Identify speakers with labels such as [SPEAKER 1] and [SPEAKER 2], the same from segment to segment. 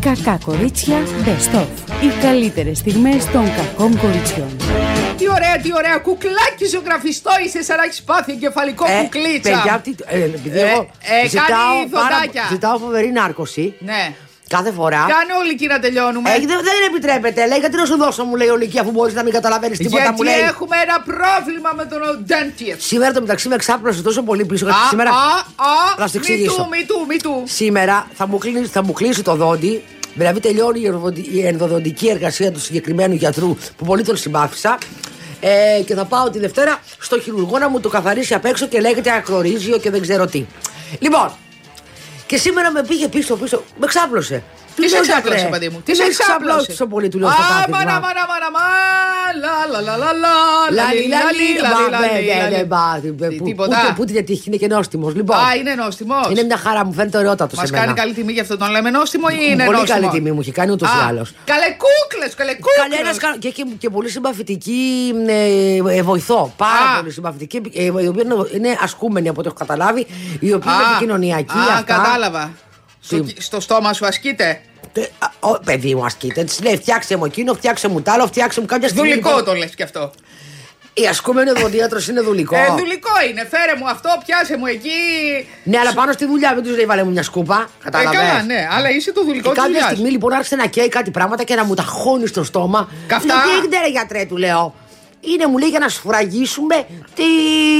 [SPEAKER 1] Κακά κορίτσια Best of. Οι καλύτερες στιγμές των κακών κοριτσιών.
[SPEAKER 2] Τι ωραία, τι ωραία. Κουκλάκι ζωγραφιστό είσαι σαν να έχεις πάθει εγκεφαλικό κουκλίτσα.
[SPEAKER 3] Ε, Παιδιά, τι- ε, επειδή
[SPEAKER 2] Ε,
[SPEAKER 3] εγώ
[SPEAKER 2] ε, κάνει
[SPEAKER 3] πάρα-
[SPEAKER 2] δοντάκια.
[SPEAKER 3] ζητάω φοβερή νάρκωση
[SPEAKER 2] Ναι.
[SPEAKER 3] κάθε φορά.
[SPEAKER 2] Κάνε όλοι εκεί να τελειώνουμε.
[SPEAKER 3] Ε, δεν, δεν επιτρέπεται. Λέει, γιατί να σου δώσω, μου λέει ο Λυκή, αφού μπορείς να μην καταλαβαίνεις τίποτα. μου
[SPEAKER 2] Γιατί
[SPEAKER 3] λέει.
[SPEAKER 2] έχουμε ένα πρόβλημα με τον dentist.
[SPEAKER 3] Σήμερα το μεταξύ με ξάπλωσε τόσο πολύ πίσω. γιατί σήμερα,
[SPEAKER 2] α, α,
[SPEAKER 3] Θα σου το
[SPEAKER 2] μη
[SPEAKER 3] εξηγήσω.
[SPEAKER 2] του, μη του, μη του.
[SPEAKER 3] σήμερα θα, μου κλείσει, θα μου κλείσει το δόντι. Δηλαδή τελειώνει η ερβοντι- η ενδοδοντική εργασία του συγκεκριμένου γιατρού που πολύ τον συμπάθησα. Ε, και θα πάω τη Δευτέρα στο χειρουργό να μου το καθαρίσει απ' έξω και λέγεται ακρορίζιο και δεν ξέρω τι. Λοιπόν, και σήμερα με πήγε πίσω πίσω, με ξάπλωσε.
[SPEAKER 2] Τι
[SPEAKER 3] Του
[SPEAKER 2] σε
[SPEAKER 3] λέω,
[SPEAKER 2] ξάπλωσε,
[SPEAKER 3] γιατρέ,
[SPEAKER 2] παιδί μου.
[SPEAKER 3] Τι σε ξάπλωσε τόσο πολύ, του λέω στο
[SPEAKER 2] Άμα,
[SPEAKER 3] κάθισμα.
[SPEAKER 2] να, μα, να, μα, να, μα, λα, λα, λα, λα, λα, λαλι, λαλι, λαλι, λαλι, λαλι. Τι- Τίποτα.
[SPEAKER 3] Πού την ατύχει, είναι και νόστιμος. Λοιπόν,
[SPEAKER 2] Α, είναι νόστιμος.
[SPEAKER 3] είναι μια χαρά, μου φαίνεται ωραιότατο
[SPEAKER 2] Μα
[SPEAKER 3] σε
[SPEAKER 2] κάνει
[SPEAKER 3] μένα.
[SPEAKER 2] καλή τιμή γι' αυτό. Τον λέμε νόστιμο ή είναι
[SPEAKER 3] Πολύ
[SPEAKER 2] νόστιμο.
[SPEAKER 3] καλή τιμή μου έχει κάνει ούτως ή
[SPEAKER 2] Α,
[SPEAKER 3] άλλως.
[SPEAKER 2] Καλέ κούκλες, καλέ κούκλες.
[SPEAKER 3] Κανένας και, και, και πολύ συμπαθητική ε, ε, βοηθό. Πάρα
[SPEAKER 2] Α.
[SPEAKER 3] πολύ συμπαθητική, ε, η οποία είναι- είναι ασκούμενη από ό,τι έχω καταλάβει, η οποία είναι επικοινωνιακή.
[SPEAKER 2] Α,
[SPEAKER 3] αυτά.
[SPEAKER 2] κατάλαβα. Στο,
[SPEAKER 3] Τι-
[SPEAKER 2] στο στόμα σου ασκείται.
[SPEAKER 3] Ε, α, ο, παιδί μου, ασκείται. Τη λέει, φτιάξε μου εκείνο, φτιάξε μου τ' άλλο, φτιάξε μου κάποια στιγμή.
[SPEAKER 2] Δουλικό
[SPEAKER 3] λοιπόν,
[SPEAKER 2] το λες κι αυτό.
[SPEAKER 3] Η ασκούμενη οδοντίατρος είναι δουλικό.
[SPEAKER 2] Ε, δουλικό είναι. Φέρε μου αυτό, πιάσε μου εκεί.
[SPEAKER 3] Ναι, αλλά πάνω στη δουλειά, μην τους λέει, βάλε μου μια σκούπα.
[SPEAKER 2] Ε,
[SPEAKER 3] Κατάλαβες.
[SPEAKER 2] καλά, ναι, αλλά είσαι το δουλικό τη
[SPEAKER 3] Και κάποια
[SPEAKER 2] δουλειάς.
[SPEAKER 3] στιγμή λοιπόν άρχισε να καίει κάτι πράγματα και να μου τα χώνεις στο στόμα.
[SPEAKER 2] Καυτά.
[SPEAKER 3] Λέω, Τι έγινε, ρε γιατρέ, του λέω. Είναι μου λέει για να σφραγίσουμε τη,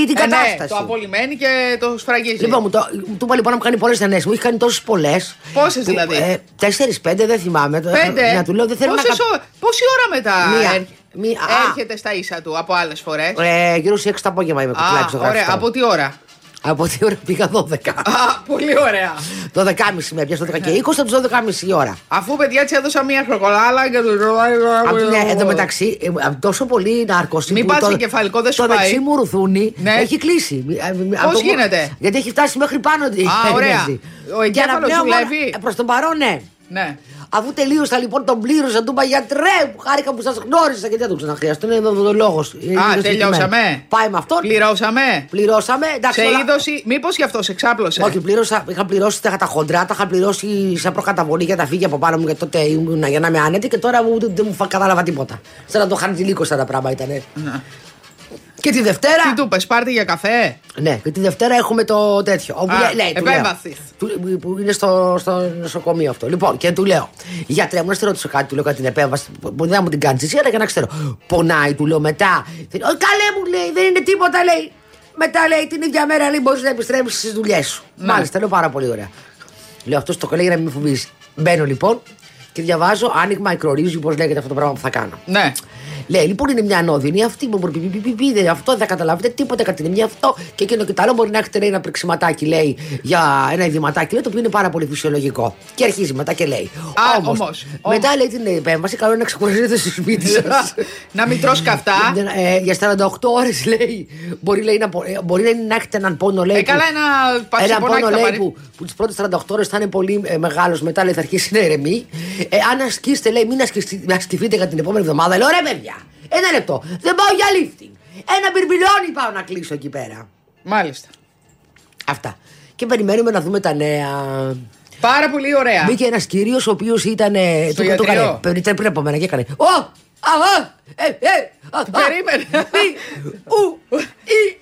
[SPEAKER 3] την
[SPEAKER 2] Ε, ναι,
[SPEAKER 3] κατάσταση.
[SPEAKER 2] το απολυμμένει και το σφραγίζει.
[SPEAKER 3] Λοιπόν, μου, το, μου του είπα λοιπόν να μου κάνει πολλές ταινίες. Μου έχει κάνει τόσες πολλές.
[SPEAKER 2] Πόσες δηλαδή?
[SPEAKER 3] Τέσσερι-πέντε, ε, δεν θυμάμαι. Το-
[SPEAKER 2] Πέντε.
[SPEAKER 3] Να του λέω, δεν θέλω να.
[SPEAKER 2] Πόσες
[SPEAKER 3] κα-
[SPEAKER 2] ω- Πόση ώρα μετά
[SPEAKER 3] Μία.
[SPEAKER 2] έρχε-
[SPEAKER 3] Μία. Α.
[SPEAKER 2] έρχεται στα ίσα του από άλλες φορές.
[SPEAKER 3] Ε, γύρω στι 6 το απόγευμα είμαι
[SPEAKER 2] Α,
[SPEAKER 3] κουκλάκι στο
[SPEAKER 2] ωραία.
[SPEAKER 3] γραφείο.
[SPEAKER 2] Από τι ώρα.
[SPEAKER 3] Από τι ώρα πήγα 12.
[SPEAKER 2] Α, πολύ ωραία.
[SPEAKER 3] 12.30 με πιάσε 12 και 20 από τι 12.30 η ώρα.
[SPEAKER 2] Αφού παιδιά τη έδωσα μία κροκολάλα και τους
[SPEAKER 3] Απ' την- Εν τω ναι, μεταξύ, ε, απ' τόσο πολύ ναρκωσή.
[SPEAKER 2] Μην
[SPEAKER 3] που
[SPEAKER 2] πας
[SPEAKER 3] το-
[SPEAKER 2] εγκεφαλικό, δεν σου
[SPEAKER 3] Το
[SPEAKER 2] πάει.
[SPEAKER 3] δεξί μου ρουθούνι
[SPEAKER 2] Ναι.
[SPEAKER 3] έχει κλείσει. Μη- α, μη- από το-
[SPEAKER 2] γίνεται?
[SPEAKER 3] Γιατί έχει φτάσει μέχρι πάνω. τη-
[SPEAKER 2] Α, ωραία. Ο εγκέφαλος δουλεύει?
[SPEAKER 3] Προς τον παρόν, ναι.
[SPEAKER 2] Ναι.
[SPEAKER 3] Αφού τελείωσα λοιπόν τον πλήρωσα, του είπα γιατρέ, που χάρηκα που σας γνώρισα και δεν τον ξαναχρειαστώ. Είναι εδώ λόγο.
[SPEAKER 2] Α, τελειώσαμε.
[SPEAKER 3] Πάει με αυτόν.
[SPEAKER 2] Πληρώσαμε.
[SPEAKER 3] Πληρώσαμε. Εντάξει,
[SPEAKER 2] Σε
[SPEAKER 3] όλα-
[SPEAKER 2] είδωση. Μήπως γι' αυτό σε ξάπλωσε.
[SPEAKER 3] όχι, πλήρωσα, είχα πληρώσει τα, τα χοντρά, τα είχα πληρώσει σαν προκαταβολή για να φύγει από πάνω μου γιατί τότε ήμουν για να είμαι άνετη και τώρα μου- δεν, δεν μου φα- κατάλαβα τίποτα. Σαν να το χαρτιλίκωσα τα πράγματα ήταν.
[SPEAKER 2] Ναι.
[SPEAKER 3] Και τη Δευτέρα.
[SPEAKER 2] Τι του πε, πάρτε για καφέ.
[SPEAKER 3] Ναι, και τη Δευτέρα έχουμε το τέτοιο. Όπου
[SPEAKER 2] Α,
[SPEAKER 3] λέ- λέει, του λέω.
[SPEAKER 2] επέμβασης.
[SPEAKER 3] Του- που είναι στο, στο νοσοκομείο αυτό. Λοιπόν, και του λέω, γιατρέ μου, να σε ρωτήσω κάτι, του λέω κάτι την επέμβαση. Μπορεί να μου την κάνεις εσύ, αλλά για να ξέρω. Πονάει, του λέω μετά. «Ω, Καλέ μου λέει, δεν είναι τίποτα, λέει. Μετά λέει την ίδια μέρα, λέει, μπορείς να επιστρέψεις στις δουλειές σου.
[SPEAKER 2] Ναι.
[SPEAKER 3] Μάλιστα, λέω πάρα πολύ ωραία. Λέω αυτό το κολλέγει να μην με φοβίζει. Μπαίνω λοιπόν και διαβάζω άνοιγμα εκρορίζου, πώ λέγεται αυτό το πράγμα που θα κάνω.
[SPEAKER 2] Ναι.
[SPEAKER 3] Λέει, λοιπόν, είναι μια ανώδυνη αυτή που μπορεί πι, πι, πι, πι, δεν- αυτό, δεν θα καταλάβετε τίποτα κατά την μία αυτό και εκείνο και τα άλλο. Μπορεί να έχετε λέει, ένα πρεξιματάκι, λέει, για ένα ειδηματάκι, λέει, το οποίο είναι πάρα πολύ φυσιολογικό. Και αρχίζει μετά και λέει.
[SPEAKER 2] Α,
[SPEAKER 3] Όμως,
[SPEAKER 2] όμως,
[SPEAKER 3] Μετά λέει την επέμβαση, καλό είναι να ξεκουραστείτε στο σπίτι σας.
[SPEAKER 2] να μην τρως καυτά.
[SPEAKER 3] Ε, για 48 ώρες λέει. Μπορεί, λέει, να, πο- ε, μπορεί λέει, να έχετε έναν πόνο, λέει.
[SPEAKER 2] Ε, καλά,
[SPEAKER 3] που-
[SPEAKER 2] ένα
[SPEAKER 3] ένα
[SPEAKER 2] παξιπονάκι
[SPEAKER 3] πόνο
[SPEAKER 2] θα
[SPEAKER 3] λέει
[SPEAKER 2] πάρει.
[SPEAKER 3] που, που τις πρώτες 48 ώρες θα είναι πολύ ε, μεγάλος, μετά λέει θα αρχίσει να ηρεμεί. Ε, αν ασκήσετε, λέει, μην ασκηστεί- ασκηθείτε για την επόμενη εβδομάδα. Λέω ρε παιδιά, ένα λεπτό. Δεν πάω για lifting. Ένα μπιρμπιλόνι πάω να κλείσω εκεί πέρα.
[SPEAKER 2] Μάλιστα.
[SPEAKER 3] Αυτά. Και περιμένουμε να δούμε τα νέα.
[SPEAKER 2] Πάρα πολύ ωραία.
[SPEAKER 3] Μπήκε ένας κύριος ο οποίος ήταν. ε,
[SPEAKER 2] Στο
[SPEAKER 3] του- του
[SPEAKER 2] ιατρείο.
[SPEAKER 3] έκανε- Πριν πριν από μένα και έκανε. Ω! Α, α, ε, ε, α, α,
[SPEAKER 2] Περίμενε.
[SPEAKER 3] μη, ου, ή».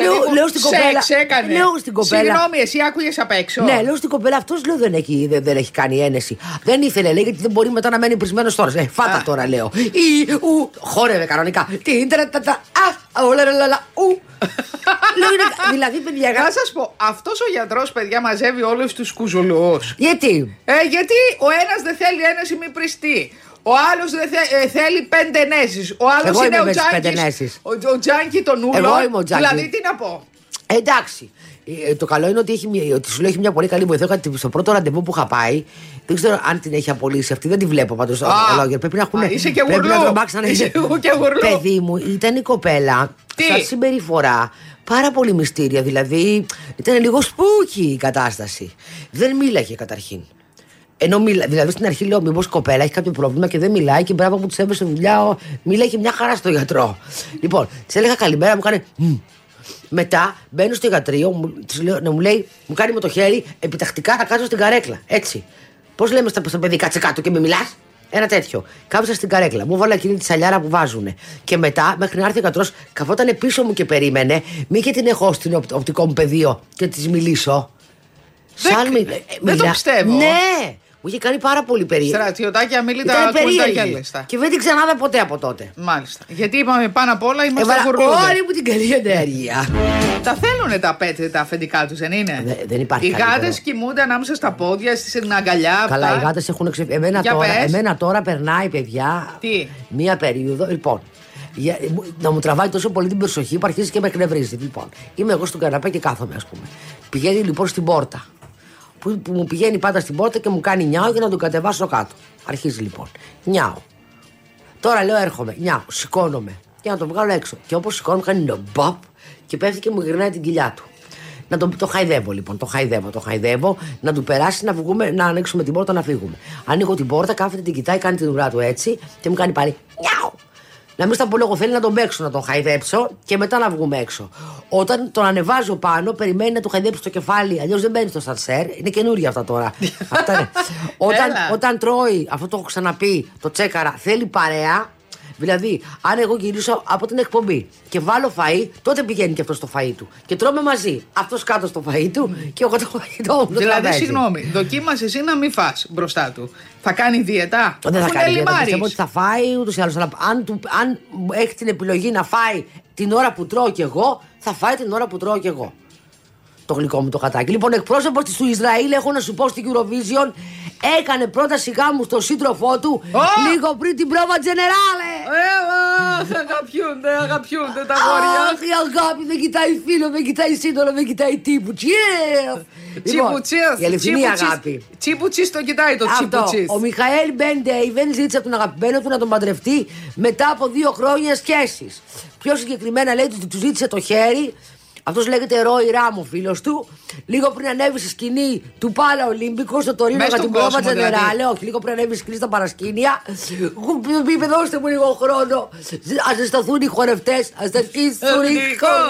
[SPEAKER 3] Λέω-
[SPEAKER 2] Περίπου
[SPEAKER 3] Λέω στην
[SPEAKER 2] Δηλαδή, σε
[SPEAKER 3] κοπέλα.
[SPEAKER 2] εξέκανε.
[SPEAKER 3] Λέω στην κοπέλα.
[SPEAKER 2] Συγγνώμη, εσύ άκουγες απ' έξω.
[SPEAKER 3] Ναι, λέω στην κοπέλα αυτός λέω δεν έχει, δεν, δεν έχει κάνει ένεση. Δεν ήθελε, λέει, γιατί δεν μπορεί μετά να μένει πρισμένο τώρα. Ε, φάτα τώρα, λέω. Ή, ου, χόρευε κανονικά. Τι ίντερνετ, τα, τα, α, όλα, λα, λα, λα, ου. λέω, είναι- δηλαδή, παιδιά,
[SPEAKER 2] Να
[SPEAKER 3] γράψα.
[SPEAKER 2] σας πω, αυτός ο γιατρός, παιδιά, μαζεύει όλους τους κουζουλούς.
[SPEAKER 3] Γιατί.
[SPEAKER 2] Ε, γιατί ο ένας δεν θέλει ένεση μη πριστή. Ο άλλος δεν θε- ε, θέλει πέντε ενέσεις. Ο άλλος
[SPEAKER 3] Εγώ
[SPEAKER 2] είναι
[SPEAKER 3] είμαι
[SPEAKER 2] ο
[SPEAKER 3] με τις πέντε
[SPEAKER 2] Τζάνκι.
[SPEAKER 3] ενέσεις.
[SPEAKER 2] Ο, ο Τζάνκι τον ούλο.
[SPEAKER 3] Εγώ είμαι ο Τζάνκι.
[SPEAKER 2] Δηλαδή τι να πω.
[SPEAKER 3] Ε, εντάξει. Ε, το καλό είναι ότι, έχει, μια- ότι σου λέει έχει μια πολύ καλή βοηθό. Κάτι στο πρώτο ραντεβού που είχα πάει, δεν ξέρω αν την έχει απολύσει αυτή. Δεν τη βλέπω πάντως.
[SPEAKER 2] Α.
[SPEAKER 3] Πρέπει να έχουν.
[SPEAKER 2] Α, είσαι και
[SPEAKER 3] πρέπει να
[SPEAKER 2] γουρλού.
[SPEAKER 3] τρομάξανε.
[SPEAKER 2] Είσαι εγώ και γουρλού.
[SPEAKER 3] Παιδί μου, ήταν η κοπέλα.
[SPEAKER 2] Τι?
[SPEAKER 3] Σαν συμπεριφορά. Πάρα πολύ μυστήρια. Δηλαδή, ήταν λίγο σπούκι η κατάσταση. Δεν μίλαγε καταρχήν. Ενώ μιλά, δηλαδή στην αρχή λέω: Μήπως κοπέλα έχει κάποιο πρόβλημα και δεν μιλάει και μπράβο που της έβρεσε δουλειά. ο- Μίλαγε μια χαρά στο γιατρό. Λοιπόν, της έλεγα καλημέρα, μου κάνει. «Μμ». Μετά μπαίνω στο γιατρείο, μου, της λέω- να μου λέει, μου κάνει με το χέρι, επιτακτικά θα κάτσω στην καρέκλα. Έτσι. Πώς λέμε στα, στα παιδί, κάτσε κάτω και με μιλάς. Ένα τέτοιο. Κάμψα στην καρέκλα. Μου βάλα εκείνη τη σαλιάρα που βάζουνε. Και μετά, μέχρι να έρθει ο γιατρός, καθόταν πίσω μου και περίμενε, μη και την έχω στην οπ- οπτικό μου πεδίο και της μιλήσω.
[SPEAKER 2] Δεν- ε,
[SPEAKER 3] μι-
[SPEAKER 2] δεν το πιστεύω.
[SPEAKER 3] Ναι! Μου είχε κάνει πάρα πολύ περίεργη.
[SPEAKER 2] Στρατιωτάκια, μίλητα,
[SPEAKER 3] Ε, Ήταν περίεργη.
[SPEAKER 2] κουλταγέλεστα.
[SPEAKER 3] Και δεν την ξανάδα ποτέ από τότε.
[SPEAKER 2] Μάλιστα. Γιατί είπαμε πάνω απ' όλα είμαστε
[SPEAKER 3] Έβαλα
[SPEAKER 2] γουρλούδες.
[SPEAKER 3] όλη μου την καλή ενέργεια.
[SPEAKER 2] Τα θέλουν τα πέτρε τα αφεντικά τους, δεν είναι.
[SPEAKER 3] Δε- δεν υπάρχει
[SPEAKER 2] Οι
[SPEAKER 3] καλύτερο.
[SPEAKER 2] γάτες κοιμούνται ανάμεσα στα πόδια, στην αγκαλιά.
[SPEAKER 3] Καλά,
[SPEAKER 2] αυτά.
[SPEAKER 3] οι γάτες έχουν ξεφύγει. Εμένα,
[SPEAKER 2] Για
[SPEAKER 3] τώρα-
[SPEAKER 2] πες.
[SPEAKER 3] εμένα τώρα περνάει, παιδιά,
[SPEAKER 2] Τι?
[SPEAKER 3] μία περίοδο. Λοιπόν, για- μου- να μου τραβάει τόσο πολύ την προσοχή που αρχίζει και με εκνευρίζει. Λοιπόν, είμαι εγώ στον καναπέ και κάθομαι, ας πούμε. Πηγαίνει λοιπόν στην πόρτα. Που, που μου πηγαίνει πάντα στην πόρτα και μου κάνει νιάο για να τον κατεβάσω κάτω. Αρχίζει λοιπόν. Νιάο. Τώρα λέω έρχομαι. Νιάω, σηκώνομαι. Και να τον βγάλω έξω. Και όπως σηκώνομαι, κάνει λέω μπαπ και πέφτει και μου γυρνάει την κοιλιά του. Να τον, το χαϊδεύω λοιπόν, το χαϊδεύω, το χαϊδεύω, να του περάσει να βγούμε, να ανοίξουμε την πόρτα να φύγουμε. Ανοίγω την πόρτα, κάθεται, την κοιτάει, κάνει την ουρά του έτσι και μου κάνει πάλι νιάου. Να μην στα πω λόγο, θέλει να τον παίξω, να τον χαϊδέψω και μετά να βγούμε έξω. Όταν τον ανεβάζω πάνω, περιμένει να του χαϊδέψει το κεφάλι, αλλιώς δεν μπαίνει στο σανσέρ. Είναι καινούργια αυτά τώρα. αυτά είναι. όταν,
[SPEAKER 2] Έλα.
[SPEAKER 3] όταν τρώει, αυτό το έχω ξαναπεί, το τσέκαρα, θέλει παρέα. Δηλαδή, αν εγώ γυρίσω από την εκπομπή και βάλω φαΐ, τότε πηγαίνει και αυτός στο φαΐ του. Και τρώμε μαζί. Αυτός κάτω στο φαΐ του και εγώ το φαΐ μου. το
[SPEAKER 2] Δηλαδή,
[SPEAKER 3] τραπέζι.
[SPEAKER 2] συγγνώμη, δοκίμασες εσύ να μην φά μπροστά του. Θα κάνει διαιτά.
[SPEAKER 3] Δεν θα
[SPEAKER 2] Αφού
[SPEAKER 3] κάνει
[SPEAKER 2] είναι
[SPEAKER 3] διαταγή.
[SPEAKER 2] λιμπάρης.
[SPEAKER 3] Πιστεύω ότι θα φάει ούτως ή άλλως. Αν, του- αν έχει την επιλογή να φάει την ώρα που τρώω κι εγώ, θα φάει την ώρα που τρώω κι εγώ. Το γλυκό μου το κατάκι. Λοιπόν, εκπρόσωπος του Ισραήλ, έχω να σου πω στην Eurovision, έκανε πρόταση γάμου στον σύντροφό του
[SPEAKER 2] Ω!
[SPEAKER 3] λίγο πριν την πρόβα Τζενεράλε.
[SPEAKER 2] Ε, αχ, αγαπιούνται, αγαπιούνται τα
[SPEAKER 3] Αχ,
[SPEAKER 2] γόρια.
[SPEAKER 3] η αγάπη δεν κοιτάει φίλο, δεν κοιτάει σύντολο, δεν κοιτάει τύπου. Cheers! Λοιπόν,
[SPEAKER 2] Τσιμπουτσίας.
[SPEAKER 3] Η αληθινή
[SPEAKER 2] τσιμπουτσής.
[SPEAKER 3] αγάπη.
[SPEAKER 2] Τσιμπουτσής το κοιτάει το
[SPEAKER 3] Αυτό.
[SPEAKER 2] τσιμπουτσής.
[SPEAKER 3] Ο Μιχαήλ Μπέντεϊ δεν ζήτησε από τον αγαπημένο του να τον παντρευτεί μετά από δύο χρόνια σχέσει. Πιο συγκεκριμένα λέει ότι του ζήτησε το χέρι. Αυτός λέγεται Ρόι Ράμο, φίλος του. Λίγο πριν ανέβει στη σκηνή του Πάλα Ολυμπικό στο Τωρίνο
[SPEAKER 2] Μες
[SPEAKER 3] για
[SPEAKER 2] στον
[SPEAKER 3] την Κόβα
[SPEAKER 2] κόσμο, δηλαδή.
[SPEAKER 3] Τζενεράλε. Όχι, λίγο πριν ανέβει στη σκηνή στα παρασκήνια. Μου είπε, δώστε μου λίγο χρόνο. Ας ζεσταθούν οι χορευτές. Ας ζεσταθούν οι χορευτέ.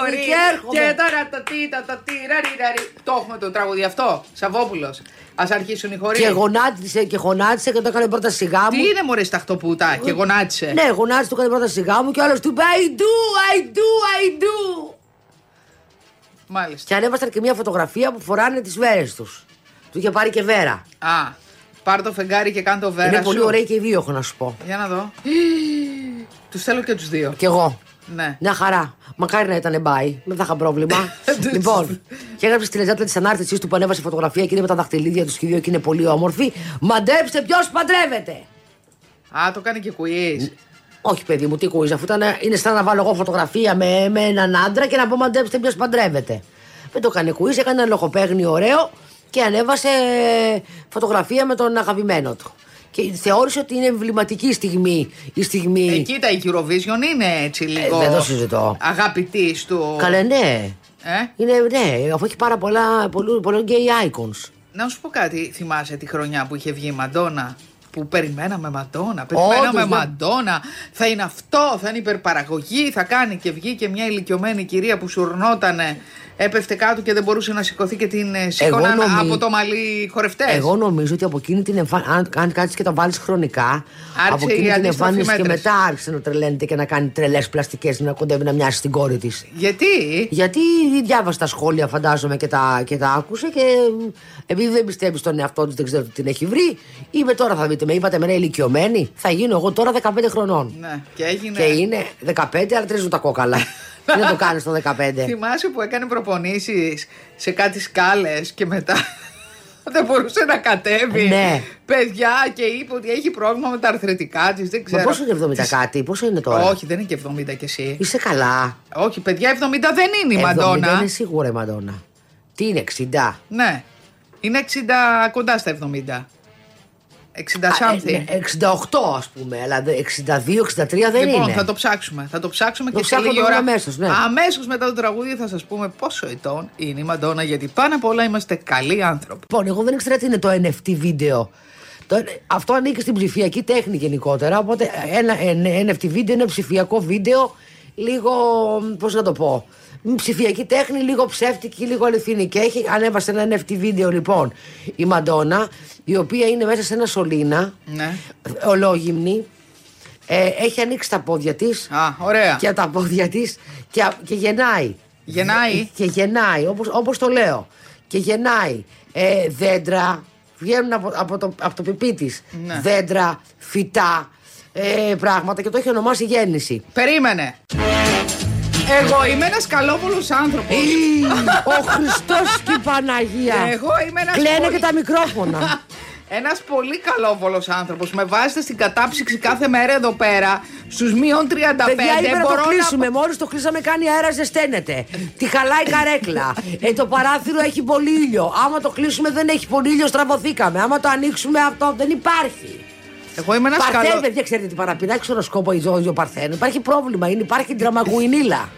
[SPEAKER 3] Και
[SPEAKER 2] Ε, Και
[SPEAKER 3] έρχομαι.
[SPEAKER 2] τώρα τα τι, τα τα τι, ρα, ρι, ρα, ρι. Το έχουμε το τραγούδι αυτό, Σαββόπουλος. Ας αρχίσουν οι χοροί.
[SPEAKER 3] Και γονάτισε και γονάτισε και το έκανε πρώτα σιγά
[SPEAKER 2] Τι
[SPEAKER 3] μου.
[SPEAKER 2] είναι μωρέ σταχτοπούτα και γονάτισε.
[SPEAKER 3] Ναι, γονάτισε του έκανε πρώτα σιγά μου και ο άλλος του είπε I do, I do, I do.
[SPEAKER 2] Μάλιστα.
[SPEAKER 3] Και ανέβασαν και μια φωτογραφία που φοράνε τις βέρες τους. Του είχε πάρει και βέρα.
[SPEAKER 2] Α, πάρ το φεγγάρι και κάν το βέρα
[SPEAKER 3] Είναι
[SPEAKER 2] σου.
[SPEAKER 3] πολύ ωραίοι και οι δύο, έχω να σου πω.
[SPEAKER 2] Για να δω. Τους θέλω και τους δύο.
[SPEAKER 3] Κι εγώ.
[SPEAKER 2] Ναι.
[SPEAKER 3] Μια χαρά. Μακάρι να ήταν μπάι. Δεν θα είχα πρόβλημα. λοιπόν, και έγραψε στη λεζάτλα της ανάρτησής του που ανέβασε φωτογραφία και είναι με τα δαχτυλίδια του και οι δύο και είναι πολύ όμορφη. Μαντέψτε ποιος παντρεύεται.
[SPEAKER 2] Α, το κάνει και quiz.
[SPEAKER 3] Όχι, παιδί μου, τι κουίζα. Αφού ήταν, είναι σαν να βάλω εγώ φωτογραφία με, με έναν άντρα και να πω μαντέψτε ποιος παντρεύεται. Δεν το έκανε κουίζα, έκανε ένα λογοπαίγνι ωραίο και ανέβασε φωτογραφία με τον αγαπημένο του. Και θεώρησε ότι είναι εμβληματική η στιγμή. Η στιγμή.
[SPEAKER 2] Ε, κοίτα, η Eurovision είναι έτσι λίγο.
[SPEAKER 3] δεν το συζητώ.
[SPEAKER 2] Αγαπητής του.
[SPEAKER 3] Καλέ, ναι.
[SPEAKER 2] Ε?
[SPEAKER 3] Είναι, ναι, αφού έχει πάρα πολλά, πολλού, πολλών gay icons.
[SPEAKER 2] Να σου πω κάτι, θυμάσαι τη χρονιά που είχε βγει η Μαντόνα. Που περιμέναμε Μαντόνα,
[SPEAKER 3] Όντως,
[SPEAKER 2] περιμέναμε
[SPEAKER 3] ναι.
[SPEAKER 2] Μαντόνα. Θα είναι αυτό, θα είναι υπερπαραγωγή, θα κάνει και βγήκε μια ηλικιωμένη κυρία που σουρνότανε. Έπεφτε κάτω και δεν μπορούσε να σηκωθεί και την ε, σήκωναν
[SPEAKER 3] νομι-
[SPEAKER 2] από το μαλλί χορευτές.
[SPEAKER 3] Εγώ νομίζω ότι από εκείνη την εμφάνιση, αν, αν κάτσεις και τα βάλεις χρονικά,
[SPEAKER 2] Άρχισε
[SPEAKER 3] από
[SPEAKER 2] η
[SPEAKER 3] εκείνη την
[SPEAKER 2] αντίστροφη
[SPEAKER 3] εμφάνιση και
[SPEAKER 2] μέτρηση.
[SPEAKER 3] μετά άρχισε να τρελαίνεται και να κάνει τρελές πλαστικές, να κοντεύει να μοιάσει την κόρη της.
[SPEAKER 2] Γιατί.
[SPEAKER 3] Γιατί διάβασε τα σχόλια, φαντάζομαι, και τα, και τα άκουσε και μ, επειδή δεν πιστεύεις στον εαυτό της, δεν ξέρω τι την έχει βρει. Είμαι τώρα, θα δείτε, με είπατε εμένα ηλικιωμένη. Θα γίνω εγώ τώρα 15 χρονών.
[SPEAKER 2] Ναι, και έγινε.
[SPEAKER 3] Και είναι 15, αλλά τρίζουν τα κόκαλα. Τι να το κάνεις το 15.
[SPEAKER 2] Θυμάσαι που έκανε προπονήσεις σε κάτι σκάλες και μετά δεν μπορούσε να κατέβει.
[SPEAKER 3] Ναι.
[SPEAKER 2] Παιδιά και είπε ότι έχει πρόβλημα με τα αρθρετικά της. Δεν
[SPEAKER 3] Μα
[SPEAKER 2] ξέρω.
[SPEAKER 3] πόσο είναι 70 κάτι, πόσο είναι τώρα.
[SPEAKER 2] Όχι, δεν είναι και 70 κι εσύ.
[SPEAKER 3] Είσαι καλά.
[SPEAKER 2] Όχι, παιδιά, 70 δεν είναι η
[SPEAKER 3] 70
[SPEAKER 2] Μαντόνα.
[SPEAKER 3] είναι σίγουρα η Μαντόνα. Τι είναι, 60.
[SPEAKER 2] Ναι. Είναι 60 κοντά στα 70. 60
[SPEAKER 3] Α,
[SPEAKER 2] something.
[SPEAKER 3] ε, ναι, 68 ας πούμε, αλλά δε- 62-63 δεν
[SPEAKER 2] λοιπόν,
[SPEAKER 3] είναι.
[SPEAKER 2] θα το ψάξουμε. Θα το ψάξουμε
[SPEAKER 3] Το
[SPEAKER 2] και σε
[SPEAKER 3] ψάχνω
[SPEAKER 2] λίγη
[SPEAKER 3] τώρα
[SPEAKER 2] ώρα.
[SPEAKER 3] αμέσως, ναι.
[SPEAKER 2] Αμέσως μετά το τραγούδι θα σας πούμε πόσο ετών είναι η Μαντόνα, γιατί πάνω απ' όλα είμαστε καλοί άνθρωποι.
[SPEAKER 3] Λοιπόν, εγώ δεν ήξερα τι είναι το NFT βίντεο. Το, αυτό ανήκει στην ψηφιακή τέχνη γενικότερα. Οπότε ένα ε, NFT βίντεο είναι ψηφιακό βίντεο λίγο. Πώς να το πω. ψηφιακή τέχνη, λίγο ψεύτικη, λίγο αληθινή. Και έχει ανέβασε ένα NFT βίντεο λοιπόν η Μαντόνα, η οποία είναι μέσα σε ένα σωλήνα,
[SPEAKER 2] Ναι.
[SPEAKER 3] ολόγυμνη. Ε, έχει ανοίξει τα πόδια της
[SPEAKER 2] Α, ωραία.
[SPEAKER 3] και τα πόδια της και, και γεννάει.
[SPEAKER 2] Γεννάει.
[SPEAKER 3] Και γεννάει, όπως, όπως το λέω. Και γεννάει ε, δέντρα, βγαίνουν από, από το, από το πιπί της,
[SPEAKER 2] Ναι.
[SPEAKER 3] δέντρα, φυτά, ε, πράγματα και το έχει ονομάσει γέννηση.
[SPEAKER 2] Περίμενε. Εγώ είμαι ένα καλόπουλος άνθρωπος.
[SPEAKER 3] Ο Χριστός και η Παναγία.
[SPEAKER 2] Εγώ είμαι ένας.
[SPEAKER 3] Κλαίνε και τα μικρόφωνα.
[SPEAKER 2] Ένας πολύ καλόβολος άνθρωπος. Με βάζετε στην κατάψυξη κάθε μέρα εδώ πέρα στους μείον 35.
[SPEAKER 3] Παιδιά, είπε να το
[SPEAKER 2] Μπορώ
[SPEAKER 3] κλείσουμε. Μόλις το κλείσαμε, κάνει αέρα, ζεσταίνεται. Τη χαλάει η καρέκλα. Ε, το παράθυρο έχει πολύ ήλιο. Άμα το κλείσουμε, δεν έχει πολύ ήλιο, στραβωθήκαμε. Άμα το ανοίξουμε, αυτό δεν υπάρχει.
[SPEAKER 2] Εγώ είμαι ένας
[SPEAKER 3] Παρθέν,
[SPEAKER 2] καλός.
[SPEAKER 3] παιδιά, ξέρετε τι παραπεινά. Έχει οροσκόπο η ζώδιο Παρθέν. Υπάρχει πρόβλημα. Είναι, υπάρχει τραμαγουινίλα.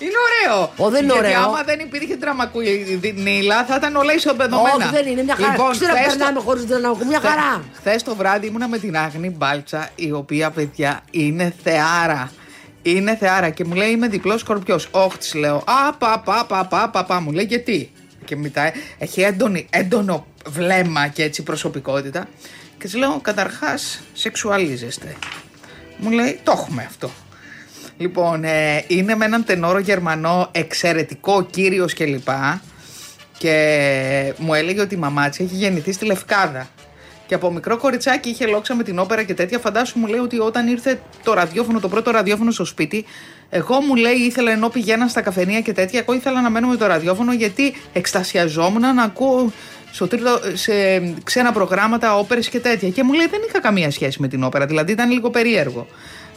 [SPEAKER 2] Είναι ωραίο.
[SPEAKER 3] Ω, δεν είναι
[SPEAKER 2] Γιατί
[SPEAKER 3] ωραίο.
[SPEAKER 2] άμα δεν υπήρχε τραμακουνίλα θα ήταν όλα ισοπεδωμένα.
[SPEAKER 3] Όχι, δεν είναι μια χαρά.
[SPEAKER 2] Λοιπόν,
[SPEAKER 3] Ξέρω να
[SPEAKER 2] χθες το-
[SPEAKER 3] περνάμε χωρί τραμαγουινίλα. Μια χαρά.
[SPEAKER 2] Χθες το βράδυ ήμουνα με την Άγνη Μπάλτσα, η οποία παιδιά είναι θεάρα. Είναι θεάρα και μου λέει είμαι διπλός σκορπιός. Όχι, της λέω. Α, πα, πα, πα, πα, πα, πα, μου λέει γιατί. Και μετά έχει έντονη, έντονο βλέμμα και έτσι προσωπικότητα. Και της λέω, καταρχάς, σεξουαλίζεστε. Μου λέει, το έχουμε αυτό. Λοιπόν, ε, είναι με έναν τενόρο Γερμανό, εξαιρετικό κύριος κλπ. Και μου έλεγε ότι η μαμά της έχει γεννηθεί στη Λευκάδα. Και από μικρό κοριτσάκι είχε λόξα με την όπερα και τέτοια. Φαντάσου μου λέει ότι όταν ήρθε το ραδιόφωνο, το πρώτο ραδιόφωνο στο σπίτι, εγώ μου λέει ήθελα ενώ πηγαίνα στα καφενεία και τέτοια, εγώ ήθελα να μένω με το ραδιόφωνο γιατί εκστασιαζόμουν να ακούω στο τρίτο, σε ξένα προγράμματα, όπερες και τέτοια. Και μου λέει δεν είχα καμία σχέση με την όπερα, δηλαδή ήταν λίγο περίεργο.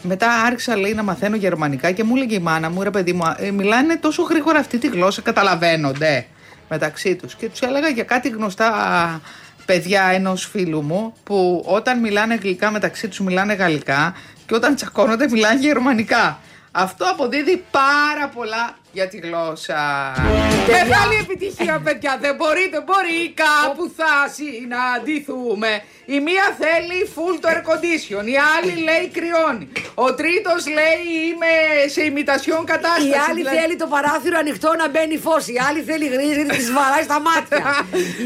[SPEAKER 2] Μετά άρχισα λέει να μαθαίνω γερμανικά και μου έλεγε η μάνα μου, ρε παιδί μου, «Ε, μιλάνε τόσο γρήγορα αυτή τη γλώσσα, καταλαβαίνονται μεταξύ τους. Και τους έλεγα για κάτι γνωστά α, παιδιά ενός φίλου μου που όταν μιλάνε αγγλικά μεταξύ τους μιλάνε γαλλικά και όταν τσακώνονται μιλάνε γερμανικά. Αυτό αποδίδει πάρα πολλά για τη γλώσσα. Μεγάλη επιτυχία, παιδιά. Δεν μπορεί, δεν μπορεί. Κάπου θα συναντηθούμε. Η μία θέλει full το air condition. Η άλλη λέει κρυώνει. Ο τρίτος λέει είμαι σε ημιτασιόν κατάσταση.
[SPEAKER 3] Η άλλη
[SPEAKER 2] δηλαδή-
[SPEAKER 3] θέλει το παράθυρο ανοιχτό να μπαίνει φως. Η άλλη θέλει γρήγορα γιατί τη βαράει στα μάτια.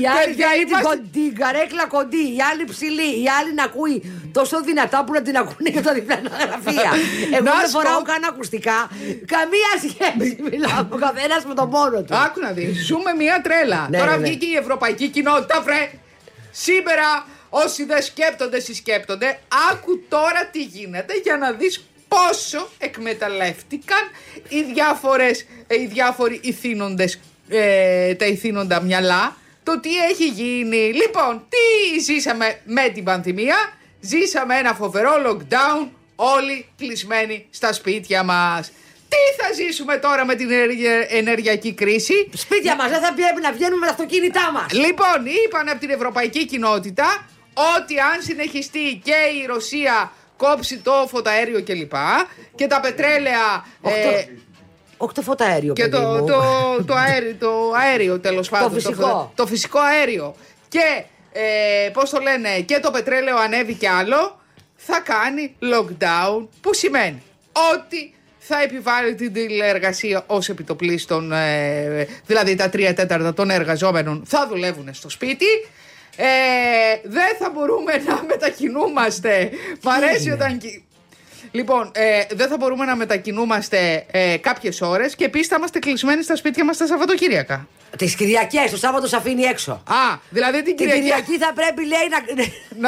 [SPEAKER 3] Η άλλη
[SPEAKER 2] Παιδιά,
[SPEAKER 3] θέλει την
[SPEAKER 2] είμαστε-
[SPEAKER 3] κον- την καρέκλα κοντή. Η άλλη ψηλή. Η άλλη να ακούει τόσο δυνατά που να την ακούνε και τα διπλανά γραφεία. Εγώ
[SPEAKER 2] Να
[SPEAKER 3] δεν
[SPEAKER 2] σου πω-
[SPEAKER 3] φοράω καν ακουστικά. Καμία σχέση μιλάω. Ο καθένας με τον μόνο του.
[SPEAKER 2] Άκου να δεις. Ζούμε μία τρέλα.
[SPEAKER 3] Ναι,
[SPEAKER 2] Τώρα
[SPEAKER 3] ναι, ναι.
[SPEAKER 2] βγήκε η ευρωπαϊκή κοινότητα, βρε. Σήμερα όσοι δεν σκέπτονται, συσκέπτονται. Άκου τώρα τι γίνεται για να δεις πόσο εκμεταλλεύτηκαν οι, διάφορες, ε, οι διάφοροι ηθήνοντες, ε, τα ηθήνοντα μυαλά, το τι έχει γίνει. Λοιπόν, τι ζήσαμε με την πανδημία. Ζήσαμε ένα φοβερό lockdown, όλοι κλεισμένοι στα σπίτια μας. Τι θα ζήσουμε τώρα με την ενεργεια- ενεργειακή κρίση.
[SPEAKER 3] Σπίτια μας δεν θα πρέπει να βγαίνουμε με τα αυτοκίνητά μας.
[SPEAKER 2] Λοιπόν, είπαν από την ευρωπαϊκή κοινότητα ότι αν συνεχιστεί και η Ρωσία κόψει το φωταέριο κλπ. Και, και τα πετρέλαια. ε,
[SPEAKER 3] Όχι το φωταέριο,
[SPEAKER 2] και
[SPEAKER 3] παιδί
[SPEAKER 2] το,
[SPEAKER 3] μου.
[SPEAKER 2] το, το αέριο, το αέριο τέλος πάντων.
[SPEAKER 3] φυσικό.
[SPEAKER 2] φω- το φυσικό αέριο. Και ε, πώς το λένε, και το πετρέλαιο ανέβει κι άλλο. Θα κάνει lockdown που σημαίνει ότι θα επιβάλλει την τηλεεργασία ως επιτοπλίστων, ε, δηλαδή τα τρία τέταρτα των εργαζόμενων θα δουλεύουν στο σπίτι. Ε, δεν θα μπορούμε να μετακινούμαστε. Μ' αρέσει
[SPEAKER 3] είναι?
[SPEAKER 2] όταν κι- Λοιπόν, ε, δεν θα μπορούμε να μετακινούμαστε ε, κάποιες ώρες και επίσης θα είμαστε κλεισμένοι στα σπίτια μας τα Σαββατοκύριακα.
[SPEAKER 3] Τις Κυριακές, το Σάββατο σε αφήνει έξω.
[SPEAKER 2] Α, δηλαδή την
[SPEAKER 3] Την
[SPEAKER 2] Κυριακή.
[SPEAKER 3] Κυριακή θα πρέπει, λέει, να.